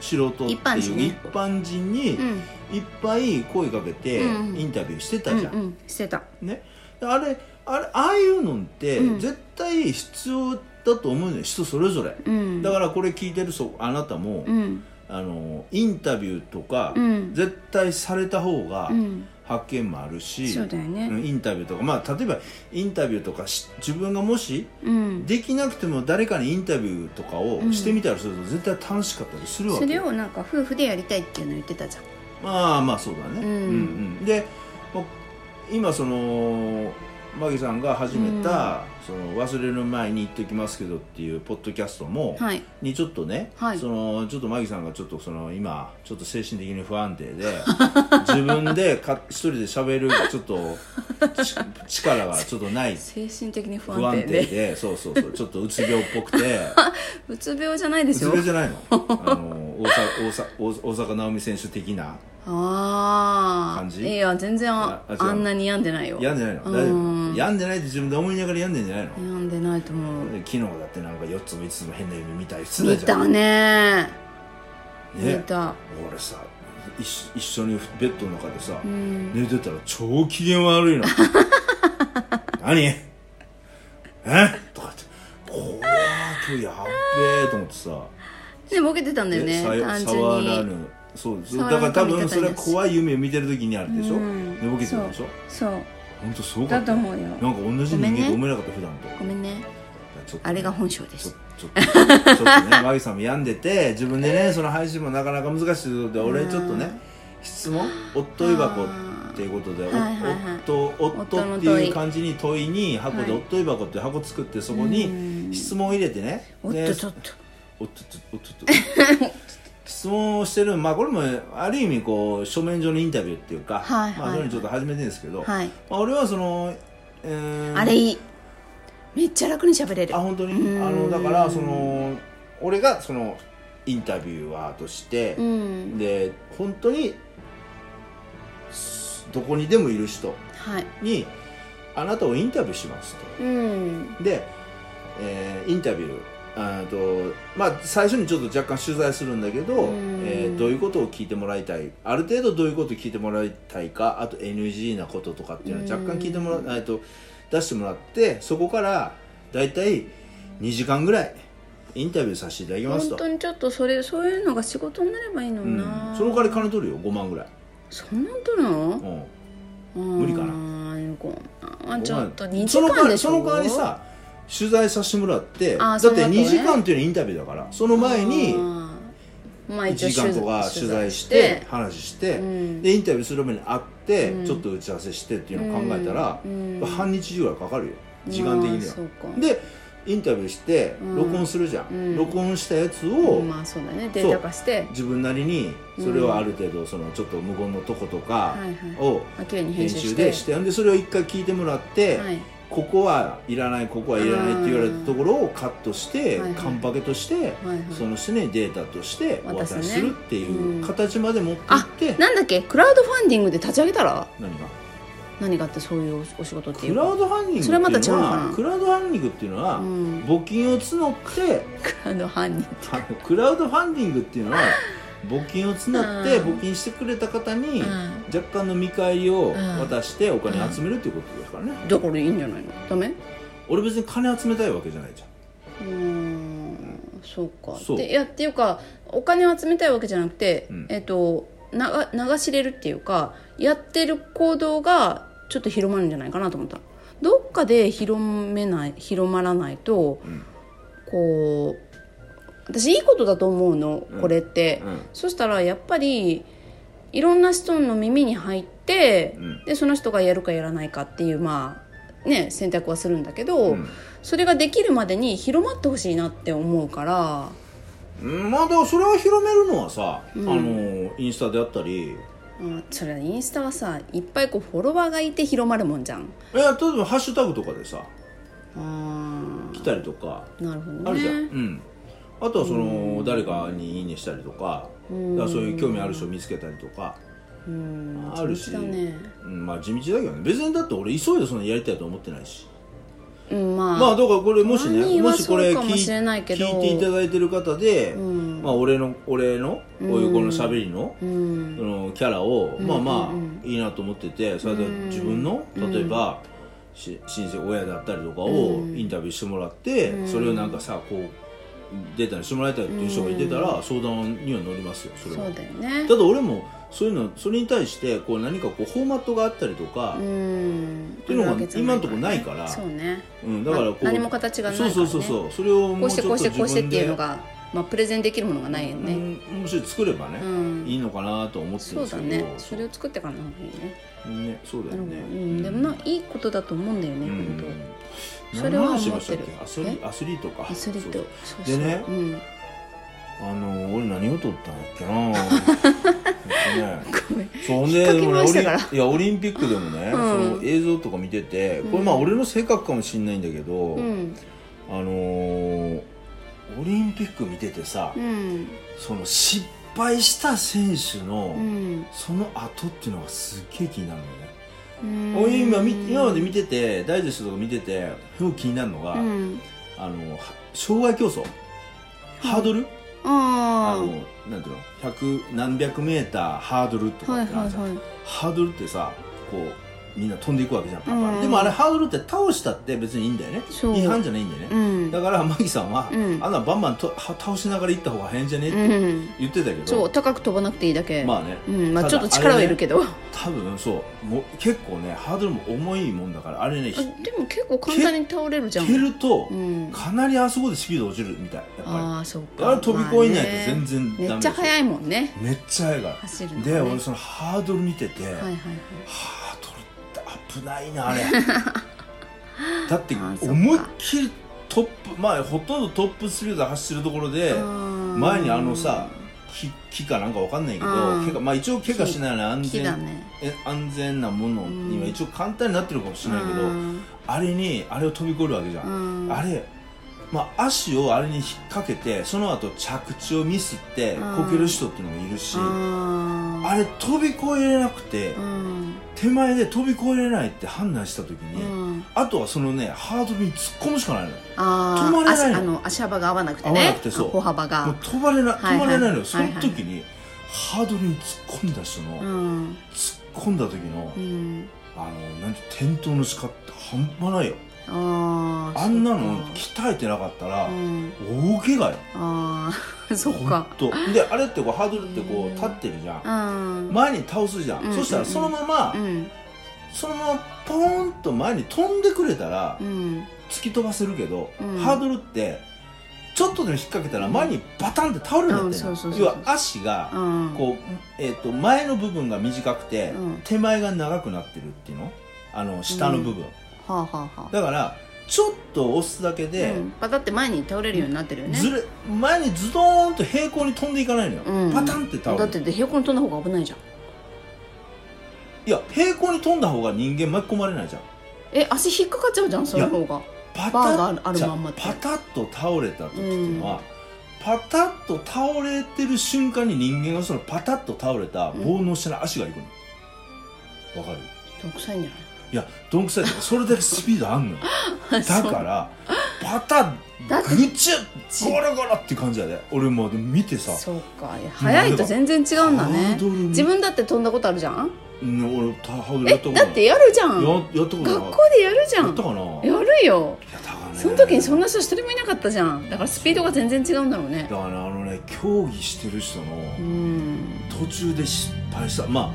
素人っていう、
一般人ね
一般人に
うん
いっぱい声かけて
うん
インタビューして
う
た
ん
じゃん、
うんしてた
ね、であれあれああいうのって
うん
絶対必要だと思うのよ人それぞれ。
うん
だからこれ聞いてるそあなたも、
うん
あのインタビューとか、
うん
絶対された方が
うん
発見もあるし、
そうだよね
うんインタビューとかまあ例えばインタビューとかし自分がもし
うん
できなくても誰かにインタビューとかをしてみたりすると絶対楽しかったりするわ
そ
け
れ
よ、
をなんか夫婦でやりたいっていうの言ってたじゃん
まあまあそうだ
う
ね、
ん
うんでまあ今そのマギさんが始めた「その忘れる前に言っておきますけど」っていうポッドキャストも、
はい
にちょっとね、
はい
そのちょっとマギさんがちょっとその今ちょっと精神的に不安
[LAUGHS]
定で自分でか一人で喋るちょっとち力がちょっとない
精神的に不
不
安
安
定
定
で
でそうそうそうちょっとうつ病っぽ
[LAUGHS]
くて
うつ病じゃないで
うつ
すよ
病じゃないのあの大阪大阪大大阪なおみ選手的な
あ
感
あ
じ
いや全然あ
ああ違う
あんなに病んでないよ
病んでないの大丈
う
夫
ん
病んでないって自分で思いながら病んでんじゃないの
病んでないと思う
昨日だってなんか4つも5つも変な夢見たりして
見
たじゃん
たね
ね
見た
俺さ一一緒にベッドの中でさ、
うん
寝てたら超機嫌悪い
[LAUGHS]
の何えとかってこわー今日やっべえと思ってさ
でボケてたんだよね
さ
単純
触ら
に
ぬそうです
触
だからら
ぬ
多
髪
分
型
それは
です
怖い夢見てる時にあるでしょ、
うん
寝ぼけてるでしょ
そう
本当すごか
だ
っ
と
た
思うよ
なんか同じ人
ごめん
間
ね
と思えなかった普段と
ごめんね
ちょっとね
あれが本性で
ちょ
す
ちょっとちょっとねマギさんも病んでて自分でねその配信もなかなか難しいので俺
うん
ちょっとね質問おっとい箱っていうことで、お
はいはいはい
おっとおっとって
夫の問
いう
い
感じに問いに箱で
は
お
い
っとい箱っていう箱作ってそこ
う
に
ん
質問を入れてね
おっ
で
とちょっと
おっとちょおっとちょ質問をしてるまあこれもある意味こう書面上のインタビューっていうか、
はいはい
まあそういうのちょっと始めてるんですけど、
はい
まあ、俺はその、えー
あれいいめっちゃ楽に喋れる
あ本当に
うん
あのだからその俺がそのインタビュアーとして
う、ん
で本当にすどこにでもいる人
はい
にあなたをインタビューしますと
うん
で、えーインタビューあーと、まあ、最初にちょっと若干取材するんだけど、
うん
えーどういうことを聞いてもらいたいある程度どういうことを聞いてもらいたいかあと NG なこととかっていうのを若干聞いてもら、
うん
えーと出してもらってそこから大体2時間ぐらいインタビューさせていただきます
本
と
当。にちょっとそれそういうのが仕事になればいいの
う
に
ん
な、、
その代わり金取るよ5万ぐらい、
そんなん取るの
う、ん、
無
理かな
なちょっと2時間でしょ
ごめんその代わりその代わりさ取材させてもらって
あ
だ
ー
っ
そ
て
の後ね
2時間っていうのはインタビューだからその前に
あーまあ
1
一応
時間とか取材して話して、
うん
でインタビューする前に会って、
うん
ちょっと打ち合わせしてっていうのを考えたら、
うんうん
半日ぐらいかかるよ時間的に
まあそ
は
うか、
でインタビューして
うん
録音するじゃん、
うん
録音したやつを、
まあそうだねデータ化して
自分なりにそれをある程度そのちょっと無言のとことか
はいはい
を
あ綺麗に編
編
集
集
して
でしてでそれを一回聞いてもらって、
はい、
ここはいらないここはいらないって言われたところをカットして、
はいはい
カンパケとして、
はいはい
その人にデータとしてお
渡
渡し
す
す
ね
るってい
う
う
ん
形まで持っていって、
なんだっけクラウドファンディングで立ち上げたら
何が
何があってそういうお仕事ってい
ク
う
ラ
か
ウドファンディングって
そ
い
れ
う
はまた違う
の
の
は
かな
クラウドファンディングっていうのは、
うん
募金を募って
クラウドファンディング
あのクラウドファンディングっ
[LAUGHS]
ていうのは募金を募って
うん
募金してくれた方に
うん
若干の見返りを
うん
渡してお金集めるっていうことですからね、
だからいいんじゃないのダメ
俺別に金集めたいわけじゃないじゃん
うーんそうか
そう
でいやっていうかお金を集めたいわけじゃなくて、
うん
えっとな流し入れるっていうかやってる行動がちょっと広まるんじゃないかなと思ったどっかで広めない広まらないと、
ん
こう私いいことだと思うの
うん
これって、
うん
そしたらやっぱりいろんな人の耳に入って、
うん
でその人がやるかやらないかっていうまあね選択はするんだけど、
うん
それができるまでに広まってほしいなって思うから
うんまあでもそれを広めるのはさ、
うん
あのインスタであったり
あそれはインスタはさいっぱいこうフォロワーがいて広まるもんじゃん
いや例えばハッシュタグとかでさ
あ
来たりとか
ーなるほ
あ
ど
るじゃん、
ね
うんあとはその誰かに「いいね」したりとか
うん
だからそういう興味ある人見つけたりとか、
うん
あるし
地道だね
うん、まあ地道だけどね別にだって俺急いでそのやりたいと思ってないし
うんまあ、
まあだからこれもした
ま
ね
に
も
は
しこれ
そうかも
聞い
しれないけど
聞いていただいてる方で、
うん
まあ俺の俺のこういうこの喋りの、
うん
そのキャラを、
ん
まあま
うん
あいいなと思っててそれで
うん
自分の
うん
例えば、し親戚親だったりとかを
うん
インタビューしてもらって、
うん
それをなんかさこうデータにしてもらいたいっていう人がいてたら、相談には乗りますよそれ
そ
は
うだよね
ただ俺もそういうのそれに対してこう何かこうフォーマットがあったりとか、
うん
ていうのが今んとこないから
そうね
うんだからこう、
まあ何も形がないからね
そうそうそうそうそれを
こう
もう
し
ち
て
ょ
こ
っ
うして
と自
こうしてっ
分
ていう
で
のが、まあ、プレゼンできるものがないよ
う
ね、
んもし作ればね、
うん
いいのかなと思ってる
そう
んです
だ
けど
ねそれを作ってからの方がいいね
ねそう
な
だ
る
よ
ほど、
ね、
うん、でもないいことだと思うんだよね、本当
うん
それは
何の話
思
ま
っ
した
て
っ
る
けアスリアスリートか
アスリー
そ
ト
う
そう
でね
うん、
あの俺何を取ったんやっけな
[LAUGHS]
えっと
ご
ね
めん
そう
引っ
ね
掛
で
け
もね
回
オ
した
リン
から
いやオリンピックでもね、
うん
その映像とか見ててこれまあ俺の性格かもしれないんだけど、
うん
あのーオリンピック見ててさ、
うん
その失敗した選手の、
うん
その後っていうのがすっげえ気になるのね、
うん
俺今み今まで見ててダイジェストとか見ててすごく気になるのが、
うん
あのは障害競争ハードル、
あ
あのなんていうの百何百メーターハードルと
あは
か
いはい
ってあるじゃん、
はい
ハードルってさこうみんな飛んでいくわけじゃんパンパン
うん
でもあれハードルって倒したって別にいいんだよね
そう
違反じゃないんだよね
う、ん
だからマギさんは、
うん
あんなバンバンとは倒しながら行った方が早いんじゃねっ
う
て
ん
言ってたけ
そ
ど、
う高く飛ばなくていいだけ
まあね
うんまあ
た
ちょ
だ
っと力
あ
は
れ
い
ね
るけど
多分そうもう結構ねハードルも重いもんだからあれねひ
あでも結構簡単に倒れるじゃん
蹴ると、
うん
かなりあそこでスピード落ちるみたいやっぱ
ああそう
り
か
あれ飛び越えないと全
然
然ダメ
めっちゃ速
い
いもんね
めっちゃ速いから
走るのね
で俺そのハードル見てて、
はいはい
ハードルって危ない
[LAUGHS]
なあれだって
あーそっか
思いっきりトップまあほとんどトップスピードで走ってるところで
はい
前にあのさ木木かなんかわかんないけど
うん
怪我まあ一応怪我しないような安
木
全
だね
え安全なものには一応簡単になってるかもしれないけど、
うん
あれにあれを飛び越えるわけじゃん、
うん
あれまあ、足をあれに引っ掛けてその後着地をミスって
うん
こける人っていうのもいるし、
あ
あれ飛び越えれなくて、
ーうん
手前で飛び越えれないって判断した時
う
に、
ん
あとはそのねハードルに突っ込むしかないのよ
あ
止ま
ー
れない
足あの足幅が合わなくて
合わな
ね
くてそう
歩幅
もう
が
飛ばれな
はいはい
止まれないのよ、その
はいはい
時に、ハードルに突っ込んだ人の、
うん
突っ込んだ時の、
うん
あのなんて転倒の仕方って半端ないよ
あー
あんな
そ
の
っか
鍛えてなかったら、
うん
大怪我よ
ああ [LAUGHS] そっか
ほんとであれってこうハードルってこ
う
うん立ってるじゃん、
うん
前に倒すじゃん、
うん
そしたらそのまま、
うん
そのままポーンと前に飛んでくれたら
うん
突き飛ばせるけど、
うん
ハードルってちょっとでも引っ掛けたら前にバタンって倒れるんだってね、
うんそうそうそうそう
要は足が
うん
こう、えー、と前の部分が短くて、
うん
手前が長くなってるっていうのあの下の部分、
はあはあはあ
だからちょっと押すだけで、
うんパタって前に倒れるようになってるよね
ずれ前にズドーンと平行に飛んでいかないのよ、
うん
パタンって倒れる
だって平行に飛んだ方が危ないじゃん
いや平行に飛んだ方が人間巻き込まれないじゃん
え足引っかかっちゃうじゃんその方が
パ
バーが
タ
あるある
じゃ
まんまって
パタッと倒れた時っていうのは、パタッと倒れてる瞬間に人間がそのパタッと倒れた棒の下に足がいくのわ、かる
毒臭いんじ
いやどんくさいけどそれだけスピードあん
[LAUGHS]
のよ
ゃない
だからパタ
だって
ッぐちゅっゴロゴロって感じやで俺もう見てさ
そう [LAUGHS] そうかいや早いと全然違うんだ
ハ
ね
ードルに
自分だって飛んだことあるじゃん
うん俺ハードルや
え
ったことない
だってやるじゃん
や
学
やったことない
校でやるじゃ
やった
ん
かなや
やるよ
ったかね
その時にそんな人一人もいなかったじゃんだからスピードが全然違うんだろうね
だからあのね競技してる人の
うん
途中で失敗したま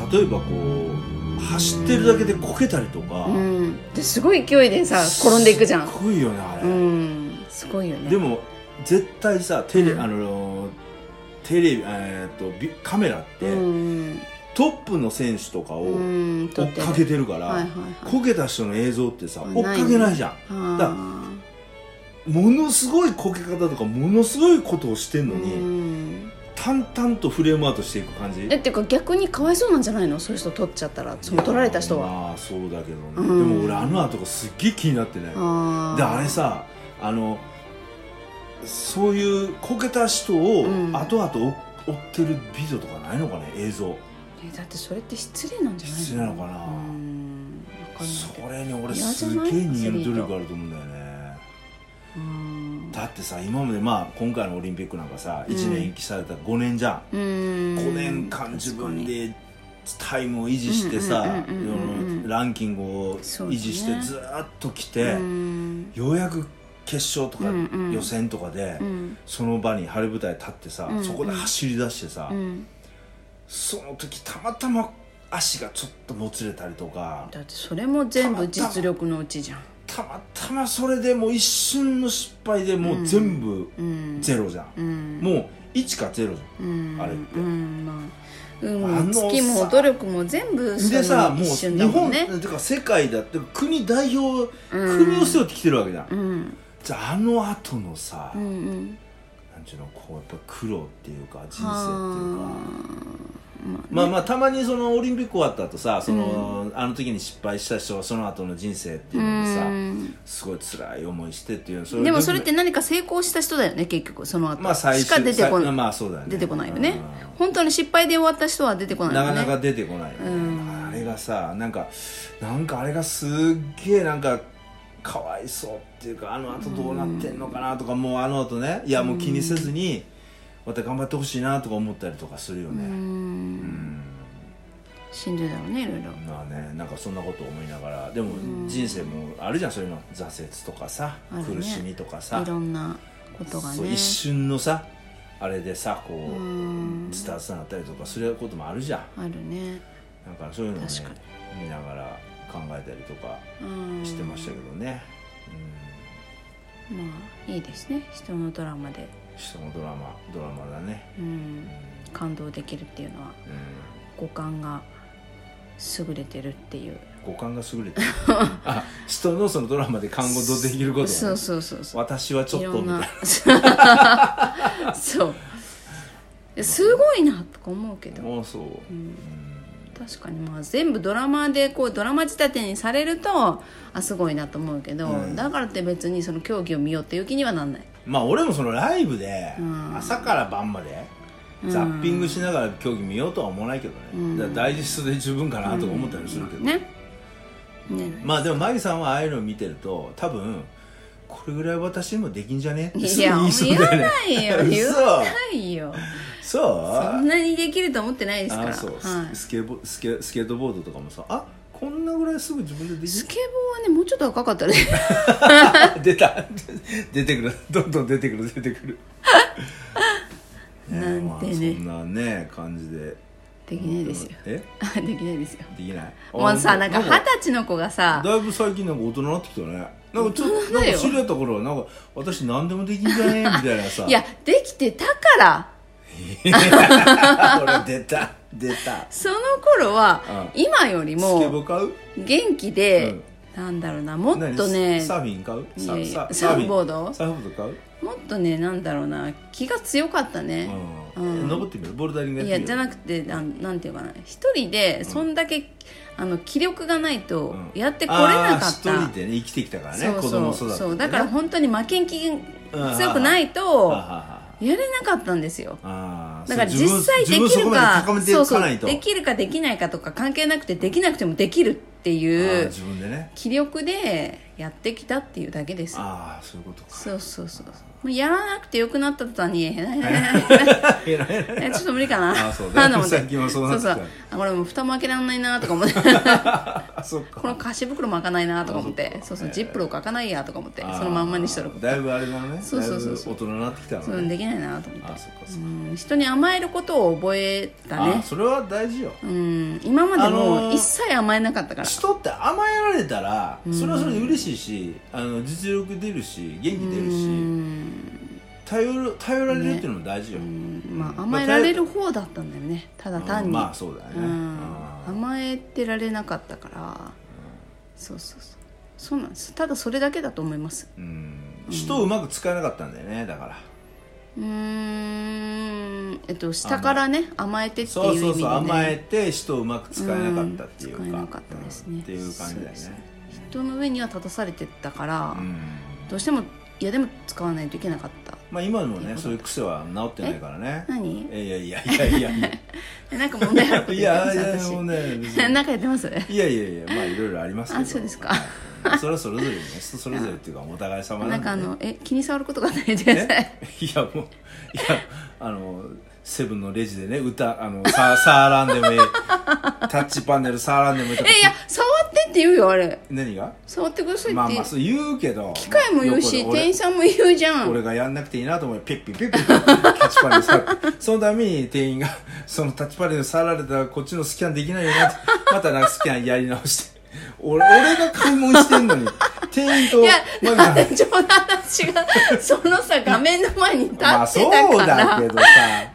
あ例えばこう走ってるだけでこけたりとか、
うんですごい勢いでさ転んでいくじゃん
すごいよねあれ、
うんすごいよね
でも絶対さテレ、
うん
あのテレビえーっとビカメラって、
うん
トップの選手とかを追
うん撮
って
る
かけてるから、
はいはいはい
こけた人の映像ってさ
あ
追っかけないじゃんだ
あ
ものすごいこけ方とかものすごいことをしてん
ー
のに、
うん
淡々とフレームアウトしていく感じ
えっていうか逆にかわいそうなんじゃないのそういう人取っちゃったらその取られた人
いや
は
まあそうだけどね、
うん
でも俺あの後がすっげえ気になってね
あ
で
ー
あれさあのそういうこけた人を
うん
後々追追ってるビデオとかないのかね映像
えだってそれって失礼なんじゃない
失礼なのかな
うん分かんない
そ
けど
れに俺
嫌じゃ
す
ない
げえ逃げる努力あると思うんだよね
うん
だってさ今までまあ今回のオリンピックなんかさ1年延期された5年じゃ
う
ん、
ん
5年間自分でタイムを維持してさ
うんうんうんうんうんうん
ランキングを維持し
そう
て
だね
ずーっと来
う
て、
ん
ようやく決勝とか
うんうん
予選とかで
うん
その場に晴れ舞台立ってさ、
うんうん
そこで走り出してさ、
うん
その時たまたま足がちょっともつれたりとか
だってそれも全部実力のうちじゃん
たまたまそれでもう一瞬の失敗でもう全部
うん
ゼロじゃん、
うん
もう1かゼロじ
うん
あれって
うんまあ運
あ
も
のさ
月も努力も全部
ゃんで
その
さもう
一
日
瞬だも
本
んね
てか世界だって国代表、
うん
国を背負ってきてるわけじゃん、
うん
じゃああの後のさ、
うんうん
なんちゅうのこうやっぱ苦労っていうか人生っていうか
は
まあまあたまにそのオリンピック終わった後さその、あの時に失敗した人がその後の人生っていうのでさ、
うん
すごい辛い思いしてっていうそ
でもそれって何か成功した人だよね結局その後、
まあ最終
しか出てこ
さ
ない、
まあそうだよね
出てこないよね本当に失敗で終わった人は出てこ
うん
ない
な
よ
か
ね
なか出てこないよね、
うん
あれがさなんかなんかあれがすっげえなんかかわいそうっていうかあの後どうなってんのかなとか、もうあの後ねいやもう気にせずにまた頑張ってほしいなとか思ったりとかするよ
う
ね、うんん
しんどいだろうねいろいろ
まあねなんかそんなこと思いながらでも人生もあるじゃんそういうの挫折とかさ、
あるね
苦しみとかさ
いろんなことが
そう
ね
一瞬のさあれでさこう
うん
伝わってなかったりとかすることもあるじゃん
あるね
なんかそういうのをね
確か
見ながら考えたりとか
うん
してましたけどね、
まあいいですね人のドラマで、
うん、人のドラマドラマだね、
うん、感動できるっていうのは
う、
五感が優れてるっていうん
五感が優れ
[LAUGHS]
てるあ人のそのドラマで感動できること、ね、
そうそうそうそう
私はちょっ
い
と
ろ
み
ん
たい
な
な
そうすごいなとか思うけど、
もうそう、
うん、確かにまあ全部ドラマでこうドラマ仕立てにされるとあすごいなと思うけど、だからって別にその競技を見ようっていう気にはなんない
まあ俺もそのライブで朝から晩までザッピングしながら競技見ようとは思わないけどね、だからダイジェストで十分かなとか思ったりするけど、
ねね
まあでもマギさんはああいうのを見てると多分これぐらい私にもできんじゃねってす
い
ぐ
や
[LAUGHS] 言いそう
言わ
だよね
ないよ
[LAUGHS] 嘘
言わないよ
そう
そんなにできると思ってないですから
あそう、
はい、
ススケボスケスケートボードとかもさあこんなぐらいすぐ自分ででき
スケボーはねもうちょっと若かったね [LAUGHS]
る出た [LAUGHS] 出てくるどんどん出てくる出てくる
[LAUGHS] なんてね
ねえまあ、そんなね感じで
できないですよ
え
あできないですよ
できない
もうさなんか
あ
二十歳の子がさ
だいぶ最近なんか大人になってきたねなんかちょっ
大人
とな
だよ
んか知り合った頃はなんか私何でもできんじゃねみたいなさ
い
[LAUGHS]
やできてたから
ほら出た出た
その頃は、今より
スケボ
も
ー買う
元気で、なんだろうなもっとね
何サーフィン買う
いやいや
サ
サーフボード
サーフボード買う
もっとねなんだろうな気が強かったね、
うん、登ってみるボルダリングやっ
い
てみ
や
る
じゃなくてなんなんていうかな一人でそんだけ、あの気力がないと
うん
やってこれなかった、
あー一人でね生きてきたからね
そうそう
子供育ててね、
そうだから
は
本当に負けん気
うん
が強くないと
あはあ
やれなかったんですよ
あー
だから
そう自
実
分
際で
自
き
分
る
をそこま
か
で高めていかないと
できるかできないかとか関係なくてできなくてもできるってい
あー
う
自分でね
気力でやってきたっていうだけですよ
ああそういう
[LAUGHS]
ことか
そうそうそうもうやらなくてよくなった途端に「えらいえらい
[LAUGHS] えらいえらい
えらいちょっと無理かな」
あそうだ
と思って
最近はそうなってきた
そうあこれもう蓋も開けられないなとか
[LAUGHS]
思って
あそっか
この菓子袋も開かないなとか思っ
あそ
て
っか
そうそうジップロック開かないやとか思って
あー
そのまんまにしとる
だいぶあれだね
そうそうそう
だいぶ大人になってきたの
そう
ね
できないなと思って
あそっかそっか
うん人に甘えることを覚えた
あ
ね
それは大事よ
うん今まで
あの
も
ー
う一切甘えなかったから、
人って甘えられたらそれはそれで嬉しいしあの実力出るし元気出るし頼る頼られるっていうのも大事よ、
うんまあ、甘えられる方だったんだよねただ単に、
まあそうだよね、
うん
あー
甘えてられなかったから、そうそうそうそうなんですただそれだけだと思います
うん人をうまく使えなかったんだよねだから
うーんえっと下からね甘えてっていう意
そう
味で、ね、
そうそう甘えて人をうまく使えなかったっていうか、
うん使えなかったですね
うんっていう感じだよ
そう
ね
人の上には立たされてたから、
うん
どうしてもいやでも使わないといけなかった
まあ今でもねそういう癖は治ってないからね
何
いやいやいやいや
[LAUGHS]
いや
えなんか問題あること
い
言ってま
や
す
いや
私
もうね別に
[LAUGHS] なんかやってます
いやいやいやまあいろいろありますけど
あそうですか
はいそれはそれぞれね人それぞれっていうかお互い様
な
な
んん
で
かあ
ね
の [LAUGHS] え気に触ることがないでください
いやもういやあのセブンのレジでね歌あのさ触らんでもいいタッチパネル触らんでもいいとか
えいや触ってって言うよあれ
何が
触ってくださいって、
まあまあそう言うけど
機械も言うし
横で
店員さんも言うじゃ
俺
ん
俺がやんなくていいなと思ってピッピッピッピッピッピッタッチパネル触るそのために店員がそのタッチパネル触られたらこっちのスキャンできないよなってまたなんかスキャンやり直して俺俺が買い物してんのに店員と
いや
マ
[LAUGHS] なん
グ
で冗談私がそのさ画面の前に立ってた
まあそう
から、
だけどさ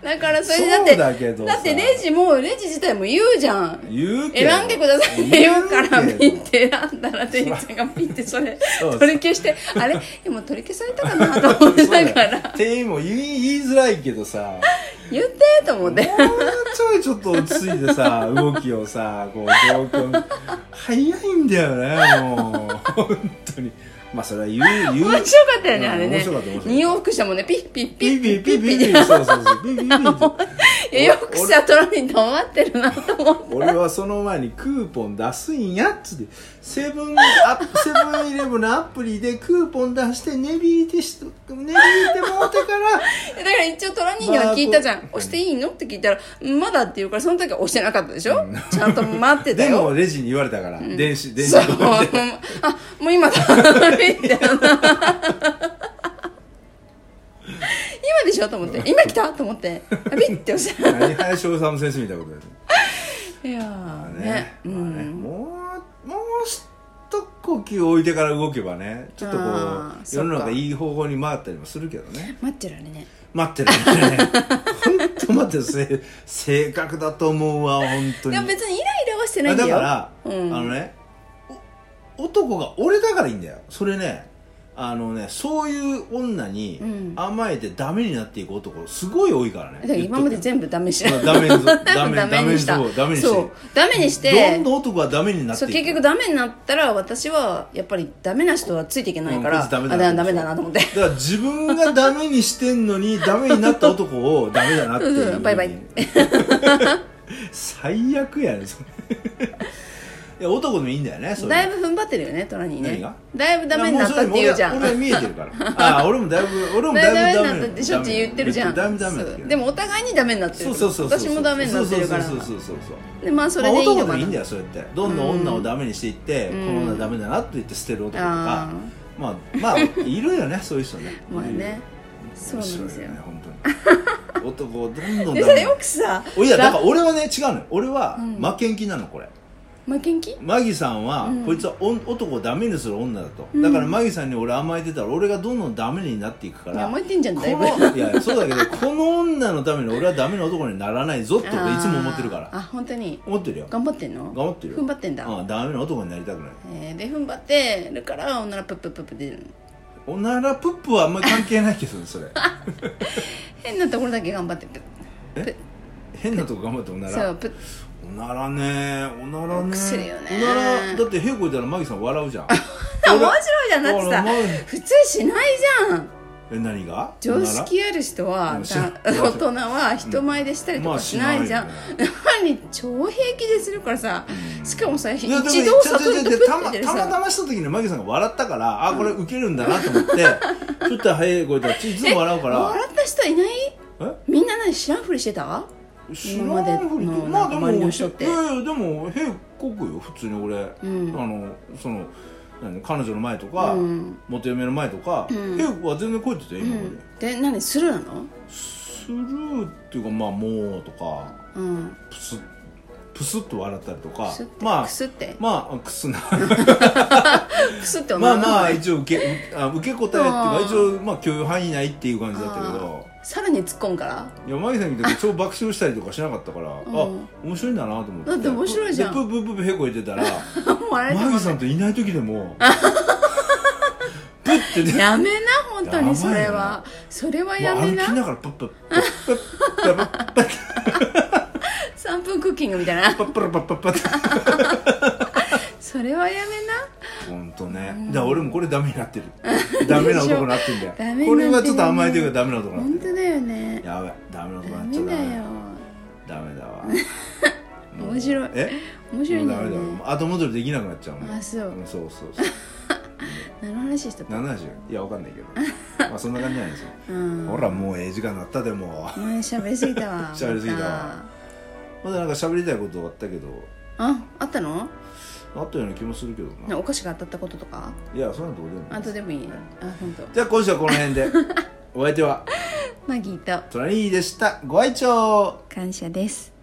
だからそれだって
そうだけどさ
ってレジもレジ自体も言うじゃん
言うけど
選んでくださいって言うから
言う
ピ
け
ッて
ど
選んだら店員さんがピッてそれ
[LAUGHS] そうそう
取り消してあ
[LAUGHS]
れ今取り消されたかなと思いながら
店員も言い言いづらいけどさ
言ってと思って
もうちょいちょっと落ち着いてさ動きをさこう状況早いんだよねもう本当にまあそれは言う言
面白
う
かったよね、
うん
あれね
面白かった面白かった
二往復したもんねピッピッピ
ピ
ッ
ッ
ピ
ピッ
ッ
ピ
ピ
ッ
ッ
ピ
ピ
ッ
ッ
ピッそうそうそうピッピッピッピッ
えよくさトラに止まってるなと思って
俺はその前にクーポン出すんやっつってセブンアップセブンイレブンのアプリでクーポン出して値引いてし値引いてもうてから
だから一応トラ人形は聞いたじゃん、押していいのって聞いたら「まだ」って言うからその時は押してなかったでしょ、ちゃんと待ってた
でも
よ
レジに言われたから、電子電子
そうあもう今だみたいな今でしょと思って今来たと思ってあビッて押したい
何林修先生みたいなことやる
や
まあ
ーね
ね,、
う
まあね
ん、
もうもう一呼吸置いてから動けばねちょっとこ
あ
う
ーそっ
世
か
の中いい方向に回ったりもするけどね
待ってるあれね
待ってるね本当待ってるせ性格だと思うわ本当に
でも別にイライラはしてない
あ
んだ
だ
よ
から、
うん
あのねお男が俺だからいいんだよそれねあのねそういう女に
うん
甘えてダメになっていく男すごい多いからね
だから今まで全部ダメし
まあダメにダメ
[LAUGHS] ダメにした
ダメにそうダメにして
そうダメにして
どんどん男はダメになって
そ
いうく
結局ダメになったら私はやっぱりダメな人はついていけないから、
うんこいつダメだ
あ
な
だダメだなと思って
だから自分がダメにしてん
[LAUGHS]
のにダメになった男をダメだなってい
う
う、
んバイバイ
最悪やねそれいや男でもいいんだよねそれ
だいぶ踏ん張ってるよねトラニー
何
ね
が
だいぶダメになったって言うじゃん
やもそれも俺は俺は見えてるから
[LAUGHS]
ああ俺もだいぶ俺も
だいぶ
だ
ダ
いぶ
メ
ダ
に
メ
なったってしょっちゅう言ってるじゃん
ダメダメだけ
そう
ど
でもお互いにダメになってる
そうそうそうそう
私もダメになってるから
そうそうそうそうそう
でまあそれでいい
まあ
の
男で
か
もいいんだ
な
よそうやってどんどん女をダメにしていって、
うん
この女ダメだなって言って捨てる男とか
あ
まあまあいるよねそういう人ね
[LAUGHS] まあねそうなんですよ
面白いよね
[LAUGHS]
本当に男をどんどん
で
ダ
さ
メ
よくさ
おいやだから俺はね違うのよ俺は
うん
負けん気なのこれ
負けん気
マギさんは、
うん
こいつはお男をダメにする女だと、
うん
だからマギさんに俺甘えてたら俺がどんどんダメになっていくから
甘えてんじゃん
こ
だいぶ
のいやいやそうだけどこの女のために俺はダメな男にならないぞってこといつも思ってるか
あー
ら
あ本当に
思ってるよ
頑張ってんの
頑張ってるよ
踏ん張ってんだ、
あダメな男になりたくない
えーで踏ん張ってるからおならプップップップ出るの
おならプップはあんまり関係ないけどねそれ
[LAUGHS] 変なところだけ頑張ってプッ
変なとこ頑張っておな
そ
ら
うプッ
おならねおならね
くするよね
おならだって屁こいたらマギさん笑
[LAUGHS]
うじゃん
面白いじゃんだ
俺も
ってさ普通しないじゃん
え何が
常識ある人は
うんし
だ大人は人前でしたりと
まあ
かしないじゃん、
しないよ
なのに超平気でするからさしかもさ一
いやでも
動作取ると
ちょ
プ
ちょちょた
ッ
ま
て出る
たまた
さ
ました時にマギさんが笑ったからあこれウケるんだなと思って
[LAUGHS]
ちょっと早い声でいつも笑うから
笑った人いない
え
みんな何知らんふりしてた
知らん
今まで
ふりと
の
まあ
なんか
で
周りの
も
人って
いやいやでも平国よ普通に俺、
ん
あのその何彼女の前とか、
うん
元嫁の前とか、
ん
平国は全然声出てたよ
う
今まで、
んで何スルーなの
スルーっていうかまあもうとか
うん
プスップスッと笑ったりと
く
か
すって、
まあ
くすって
まあクスな
くすって
まあ
女の子
まあ一応受けあ受け答えっていうか
あー
一応まあ許容範囲内っていう感じだったけど
さらに突っ込むから [LAUGHS]
いやマギさん見て超爆笑したりとかしなかったから、あ
ん
面白いんだなと思って
だって面白いじゃん
でプープープープーへこいてたら
もう笑えて
マギ
ます
さんといない時でもプッてね
やめな本当
やばいな
にそれはそれはや
もう
め
歩き
な
ながらプップップップップップップッ
3分クッキングみたいな [LAUGHS]
パッパラパッパッパッって
それはやめな
ほんとねだから俺もこれダメになってるダメな男になってんだよ
ダメになってるね
これはちょっと甘えてるからダメな男にな
本
ってる
当だよね
やべダメな男に
ダ
なっ
メ
ちゃダ
だ
メ
よ
ダメだわ
面白い
え
面白いんだよ
もうダメ
ね
だわ後戻りできなくなっちゃうもん
あそう
うんそうそうそう
何の話してた
70いやわかんないけどまあそんな感じじゃないですよ
うん
ほらもうええ時間になったでも
前喋りすぎたわ
[LAUGHS] 喋りすぎたわまだなんか喋りたいことあったけど
ああったの
あったような気もするけどな
お菓子が当たったこととか
いやそんなとこでも
あとでもいい
は
あ本当。
じゃあ今週はこの
[LAUGHS]
辺でお相手は
マギーと
トラニーでしたご愛聴
感謝です